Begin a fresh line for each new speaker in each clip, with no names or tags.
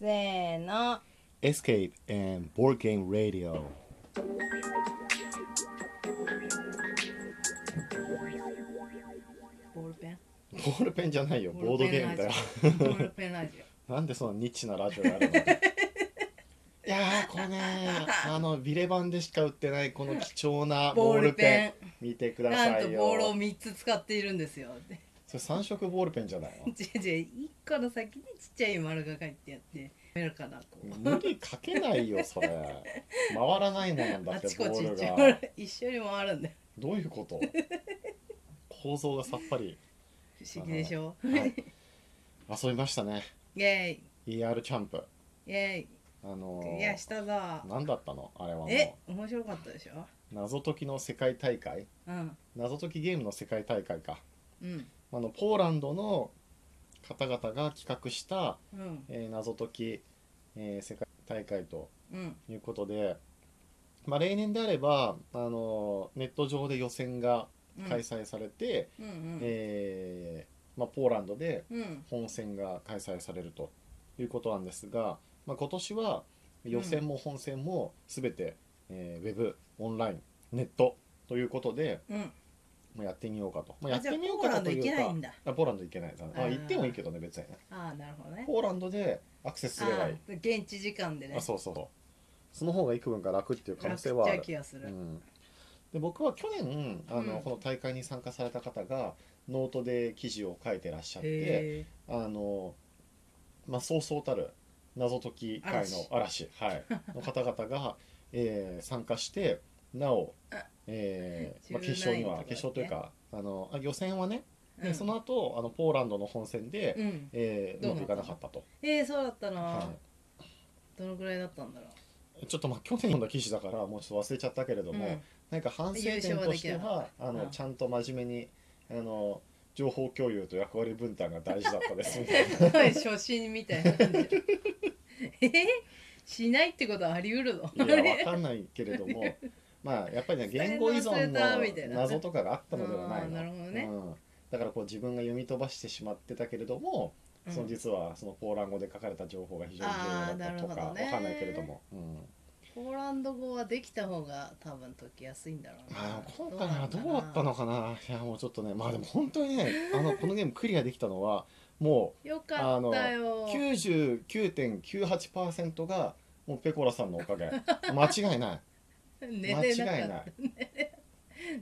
せーの
Escape and Board Game Radio
ボールペン
ボールペンじゃないよボードゲームだよ
ボールペンラジ
なんでそのニッチなラジ オやるのいやーこれねあのビレ版でしか売ってないこの貴重な
オボ
ボ
ー
ー
ル
ル
ペ
ペ
ン
ン見てくだ
な
さ
んと
い
ボールを
よ
3つ使っているんですよ
それ3色ボールペンじゃないの
じゃじゃ1個の先にちっちゃい丸が書いてあってメルカだこう
無理かけな いよそれ回らないもんだ
あ
って
ちこ
ボ
ち行
ー
っ
ル
ちゃ
が
う一緒に回るんだよ
どういうこと構造がさっぱり、
不思議でしょ
はい、遊びましたね
イェイ
ER キャンプ
イェ
あの
イ
ー
いやしたぞ
何だったのあれはも
え
う
面白かったでしょ
謎解きの世界大会
うん
謎解きゲームの世界大会か
うん
あのポーランドの方々が企画した、
うん
えー謎解き、えー世界大会と
うん
いうことで、まあ、例年であれば、あのーネット上で予選が
うん
開催されて、
うんうん
えーまあ、ポーランドで
うん
本戦が開催されるということなんですが、まあ、今年は予選も本戦も全て、えーウェブオンラインネットということで、
うん
まあ、やってみようかと、まあ、や
あ
っ
じゃ
て
あ
みよう
ポー
か
ラ
と
ンド
とい
行け
う
ない
か
んだ
あポーランド行けないだね。
あ
あ
ー
行ってもいいけどね別にね。
ああなるほどね
ポーランドでアクセスすればいい。
あー現地時間でね
あそうそうそう。その方が幾分か楽っていう可能性はあ
楽っ。ちゃ
る
う気がする、
うん。で僕は去年あの、
うん
この大会に参加された方がノートで記事を書いてらっしゃって、
へ
あのまあそうそうたる謎解き界の嵐 はい、の方々が、えー参加してなお
あ、
えーまあ、
柔軟
決勝には
とかね
決勝というかあのあ予選はね
え
でその後あのポーランドの本戦で、
うん
えー、
ど
う
うな
まく
っ
い
たの
かなかったと、
えー、そうだったな、
は
どのぐらいだったんだろう
い、ちょっとまあ去年読んだ記事だからもうちょっと忘れちゃったけれども、
うん
なんか反省点
優勝は
と
で
し
きな
て
かっ
はあの、
うん
ちゃんと真面目にあの情報共有と役割分担が大事だったです みたいな
初心みたいな感じ えー、しないってことはあり得るの
いやわかんないけれどもまあやっぱりね言語依存の謎とかがあったのではない
あー
の
なるほどね
うん、だからこう自分が読み飛ばしてしまってたけれども、その
うん
実はそのポーランド語で書かれた情報が非常に重要だ
あ
ったとか
ーなるほ
わ
どね
かんないけれども。うん
ポーランド語はできた方が多分解きやすいんだろうな
あー今回はどうだったのかないやもうちょっとねまあでも本当にねあのこのゲームクリアできたのはも
よかった
う
よ
99.98%がもうペコラさんのおかげ間違い ない
寝
間
て
違い
なか
な
っ
い
た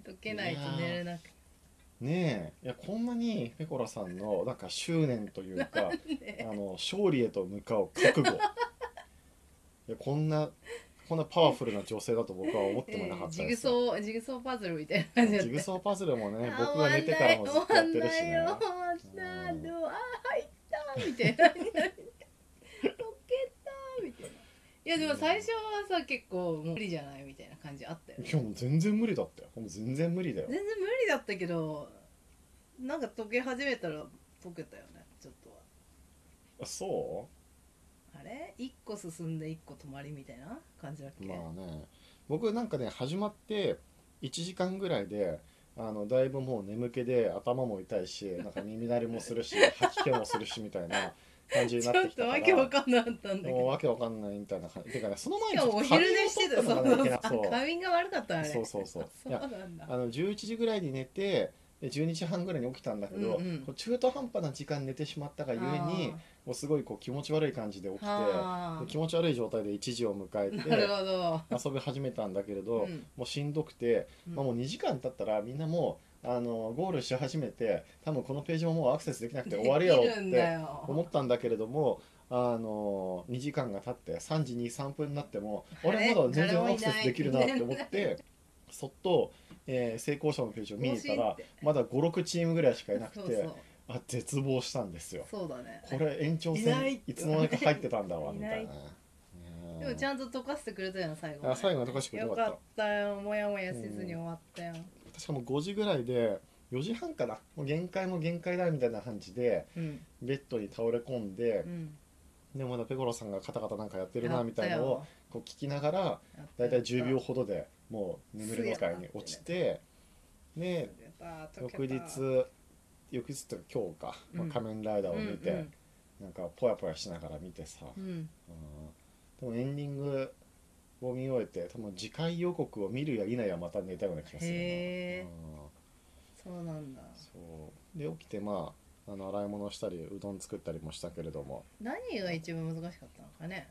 解けないと寝れなくて
ねえいやこんなにペコラさんのなんか執念というか
で
あの勝利へと向かう覚悟いやこんなこんなパワフルな女性だと僕は思ってもいなかった
ジ
で
グ
すよ、
ソージグソーパズルみたいな感じだ
ジグ
った
ソーパズルもね僕が寝てからもずっとやってるしね
終わんないよ終わんない
うん
でもあー入った みたいな溶けたみたいないやでも最初はさ結構もう無理じゃないみたいな感じあったよね
いやもう全然無理だったよもう全然無理だよ
全然無理だったけどなんか溶け始めたら溶けたよねちょっとは
あそ
あれ一個進んで一個止まりみたいな感じだっ
う
け、
まあね僕なんかね始まって1時間ぐらいであのだいぶもう眠気で頭も痛いしなんか耳鳴りもす るし吐き気もするしみたいな感じに
ちょ
なって
っ
きた
と
から
わけわかんなかったんだけ
もう
ど
わけわかんないみたいな感じてかねその前
し
に
か
ちょ
も
っ
お
と仮
昼寝してた
眠を
そ
取
う
っとか
そう
なきゃいけないそう
仮眠が悪かったあれ
そうそうそう
そう
いや
なんだ
あの11時ぐらいに寝てで12時半ぐらいに起きたんだけど、
うんうん
こう中途半端な時間寝てしまったがゆえにもうすごいこう気持ち悪い感じで起きて
あー
で気持ち悪い状態で1時を迎え
なる
て
ほど
遊び始めたんだけれど、
うん
もうしんどくて、まあ、もう2時間経ったらみんなもうあのゴールし始めて多分このページももうアクセスできなくて終わるやろ
で
う
きる
っ
んだ
て
よ
思ったんだけれどもあの2時間が経って3時23分になっても
あ
俺
れ
まだ全然アクセスできるなっ
誰
て
も
思
いない
ってそっと、えー成功者のページを見に行った
欲
ら
しいって
まだ56チームぐらいしかいなくて
そうそう
あ絶望したんですよ。
そうだね
これ延長
いない
戦いつの間にか入ってたんだわ
い
み
な
た
い
いな。うん
でもちゃんと溶かしてくれたよな最後
あ最
後
後のとこしかよ
よ
か
か
った
ったよもやもやせずに終わったよ
確かもう5時ぐらいで4時半かなもう限界も限界だみたいな感じで
うん
ベッドに倒れ込んで
う、ん
でもまだペコロさんがカタカタなんかやってる
や
な
ったよ
みたいなのをこう聞きながら
やった
だいた
や
い10
った
秒ほどでもう眠るの界に落ちてで
溶けた溶けた
翌日翌日というか今日か、まあ
うん
仮面ライダーを見て、
うんうん
なんかぽやぽやしながら見てさ、
うん
うんでもエンディングを見終えて多分次回予告を見るや否やまた寝たような気がするな、
へー
うん
そうなんだ
そうで起きてまああの洗い物したりうどん作ったりもしたけれども
何が一番難しかったのかね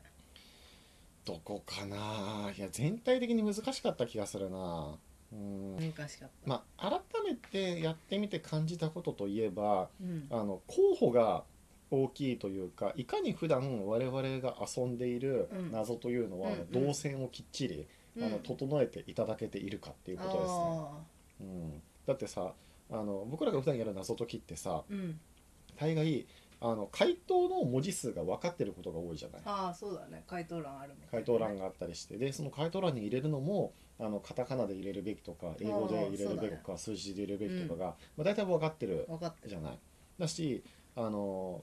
どこかないや全体的に難しかった気がするなうん
難しかった、
まあ改めてやってみて感じたことといえば
うん
あの候補が大きいというかいかに普段我々が遊んでいる
うん
謎というのは、
うんうん
動線をきっちり、あの整えていただけているかっていうことですね。
あ
うん、だってさあの僕らが普段やる謎解きってさ
ーうん
大概あの回答の文字数が分かってることが多いじゃない。
ああそうだね回答欄あるみたいなね、
回答欄があったりしてでその回答欄に入れるのもあのカタカナで入れるべきとか英語で入れるべきとか、数字で入れるべきとかが、まあ、大体分かってる
分かって
じ
る
ゃない。だしあの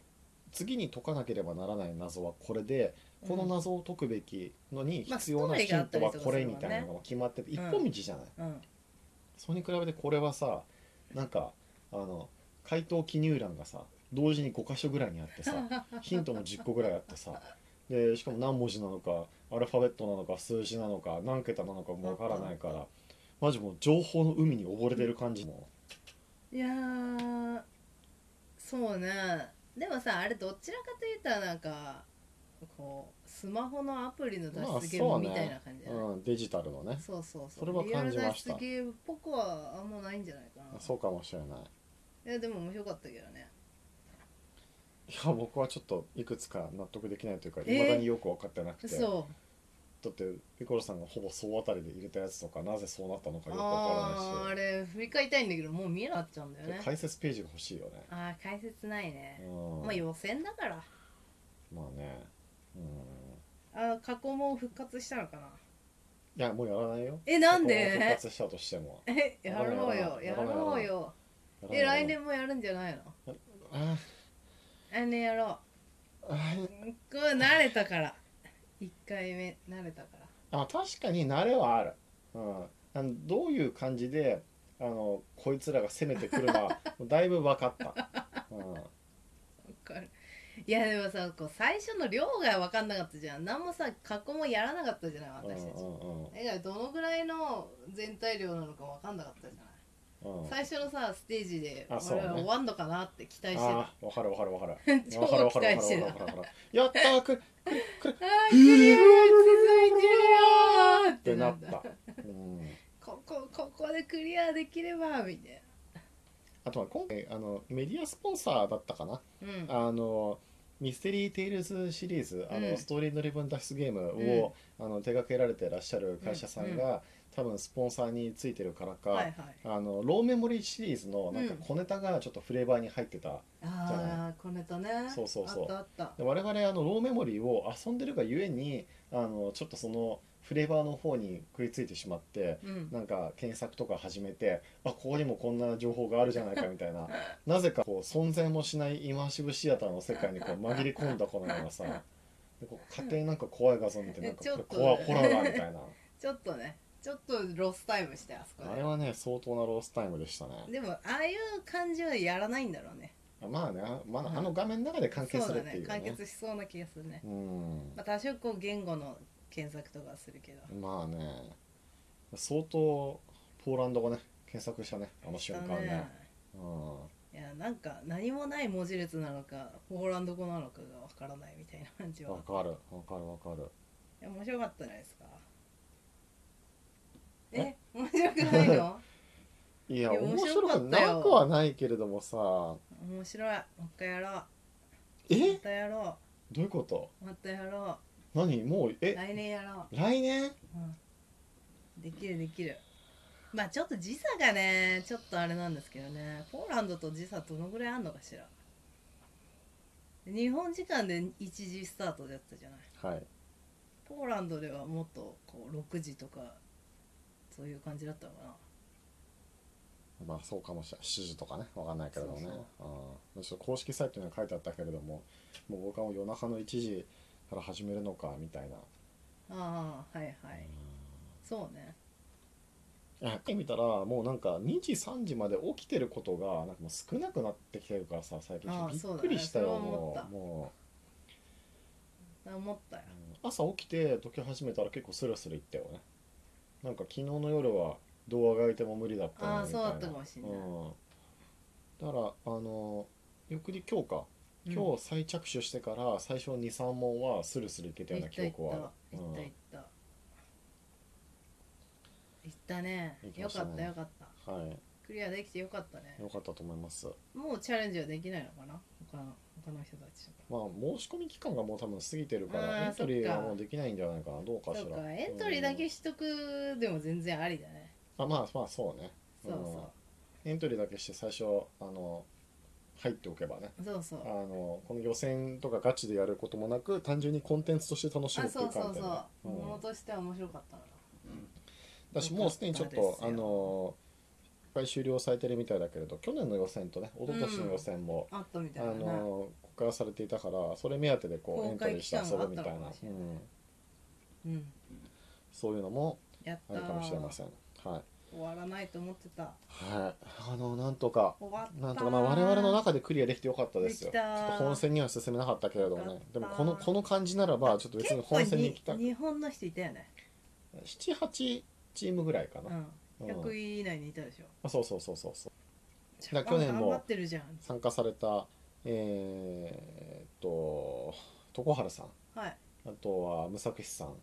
次に解かなければならない謎はこれでこの謎を解くべきのに
まあ
必要
スト
な
ーリ
ヒ
ーがあ
ン
った
ト
り
は
とかする
こ
もんね
れみたいなのが決まってて一本道じゃない。
うん
それに比べてこれはさなんかあの回答記入欄がさ同時に5箇所ぐらいにあってさ ヒントも10個ぐらいあってさでしかも何文字なのかアルファベットなのか数字なのか何桁なのかもわからないからマジもう情報の海に溺れてる感じも
いやーそうねでもさあれどちらかというとなんかこうスマホのアプリの脱出ゲー
まあそう
ム
ね
みたいな感じじゃない、
うん、デジタルのね
そうそうそう
それは感じました
リアル脱出ゲームっぽくはあんまないんじゃないかな
そうかもしれない
いやでも面白かったけどね
いや僕はちょっといくつか納得できないというか
えー
未だによく分かってなくて、
そ
だってピコロさんがほぼ総当たりで入れたやつとかなぜそうなったのか
う
よくわから
あー
な
あ
いし
れ振り返りたいんだけどもう見えなかったんだよ
で
ね
解説ページが欲しいよね
あー解説ないね、
うん
まあ予選だから
まあねうん
あー過去問復活したのかない
やもうやらないよ
えなん
ここ復
で
活したとしても
えやろうよ
や
や
ろうやろ
ろ
う
うよ
やらない
え来年もやるんじゃないの
あ
来年やろ
ーあー
うこう慣れたから1回目慣れたから
あ確かに慣れはある、うん、あのどういう感じであのこいつらが攻めてくるのはだいぶ分かった、う
わかるいやでもさこう最初の量が分かんなかったじゃん何もさ過去もやらなかったじゃない
ん、
私たち
うんうんうん
だからどのぐらいの全体量なのか分かんなかったじゃない
うん
最初のさステージで
あそう
俺
ね
は終わんのかなって期待してた
あーわかるわかるわかる
超
わかるわ
期
かる
待
わか
して
る
た
わかるわかるやったーくっ
あークリアが続いてるよーってて
な
な
っ
んだ
た、うん、
ここここでクリアできればみたい
あとは今回あのメディアスポンサーだったかな
なうん
あのミステリー・テイルズシリーズあの、
うん
ストーリードリブン脱出ゲームを、あの手掛けられてらっしゃる会社さんが、多分スポンサーについてるからか、
はいはい
あのローメモリーシリーズのなんか
うん
小ネタがちょっとフレーバーに入ってた、じゃ
ああこネタね
そうそうそ
あ
う
ったあった
で我々あのローメモリーを遊んでるがゆえにあのちょっとそのフレーバーの方に食いついてしまって
うん
なんか検索とか始めてあここにもこんな情報があるじゃないかみた いななぜかこう存在もしないイマーシブシアターの世界にこう紛れ込んだこのようなさでこう勝手になんか怖い画像見てなんか
ちょっと
これ怖いホラーだみたい な
ちょっとねちょっとロスタイムしてあそこ
あれ
で
はね相当なロースタイムでしたね
でもああいう感じはやらないんだろうね
まあねあ,、まあ、あの画面の中で完結するっていう
そうだね完
ね
結しそうな気がするね、
うん
まあ、多少こう言語の検索とかはするけど
まあね相当ポーランド語ね検索したねあの瞬間ね
だ
うん
いやなんか何もない文字列なのかポーランド語なのかがわからないみたいな感じは
わかるわかるわかる
いや面白かったじゃないですか
え
え面白くないの
いや
いや
面白く
面白かったよ
なくはないけれどもさ
面白いもう一回やろうま
え
たやろ
どういうこと
うまたやろ
何もう
う
え
来年やろ
来年
う、うん、できるできるまあちょっと時差がねちょっとあれなんですけどねポーランドと時差どのぐらいあんのかしら日本時間で1時スタートだったじゃない
はい
ポーランドではもっとこう6時とかそういう感じだったのかな
まあそうかもしれない7時とかねわかんないけれどもね
そうそう
うんちょっと公式サイトには書いてあったけれどももう僕はもう夜中の1時から始めるのかみたいな、
ああはいはいそうね
やってみたらもうなんか2時3時まで起きてることがなんかもう少なくなってきてるからさ最近
ああ
びっ
そうだ
く
ね
りしたよ
それは思
も
った
うもう
あ思ったよ
うん朝起きて解き始めたら結構スラスラいったよねなんか昨日の夜はドアが開いても無理だった
あ
の
あ
にみ
そう
たい
だ
な
ったかもしれない、
うん、だからあの翌日今日か今日再着手してから最初23問はスルスルいけたよ
行
うな
った
記
行っ
憶はある
た行った行った行ったね
行き
よ
まし
か
たね
ったよかった
うんはい
クリアできてよかったね
良かったと思います
もうチャレンジはできないのかな他の他の人たちとか
まあ申し込み期間がもう多分過ぎてるか
あー
らエントリー
そっ
は
か
もうできないんじゃないかなどうかし
そう
ら
かエントリーだけ
うん
しとくでも全然ありだね
あまあまあそうね
そう
エントリーだけして最初あの入っておけばね
そうそうそう
あのこの予選とかガチでやることもなく単純にコンテンツとして楽しむ
あ
ってい
そううそ
観
う
点
そう
うん
ものとしては面白かったな
だしもうすでにちょっ
よかっ
と
た
あ
ですよ
のいっぱい終了されてるみたいだけれど去年の予選とね一昨年の予選も、
あったみた
あ
いなね
の公開されていたからそれ目当てでこうエ
公
ントリ
開
ー
期
して
間
遊
があ
ぶ
っ
み
た
た
の
い
か
な、
もしれ
う
ない
ん、
うん
そういうのも
やった
あるかもしれま
ー
せんはい
終わらないと思ってた
はいあのなんとか
終わった
なんとかまあ我々の中でクリアできてよかったですよ
できたー
ちょっと本戦には進めなかったけれども
よ
ね
かった
でもこのこの感じならばちょっと別に
結構
本戦に行きた
に日本の人いたよね
78チームぐらいか
う
な、
ん
うん
100位以内にいたでしょ
あそうそうそうそうそう
ジ
だ
ャ
から
パン
去年も
頑張ってるじゃん
参加されたえー、っと床原さん
はい
あとは武作志さん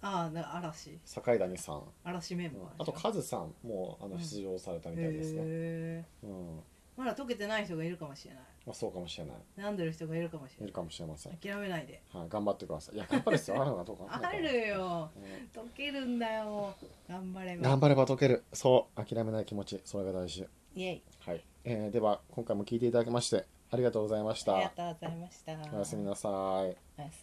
ああな嵐
坂井谷さん、
嵐メンバー
あと
じゃん
カズさんもあ
う
の
ん
出場されたみたいですね、
へ
うん
ーまだ解けてない人がいるかもしれない
まあ、そうかもしれない
悩んでる人がいるかもし
い
れ
る
ない
かもしれません、
諦めない で
はい、頑張ってくださいいや頑張る必要あるのか どうかわかん
あ
ないから
るよ
うん
解けるんだよ頑張れば
頑張れば解けるそう諦めない気持ちそれが大事
イエイ
はい、えーでは今回も聞いていただきましてありがとうございまし
ありが
た
とうございました
おやすみなさい
おやすみ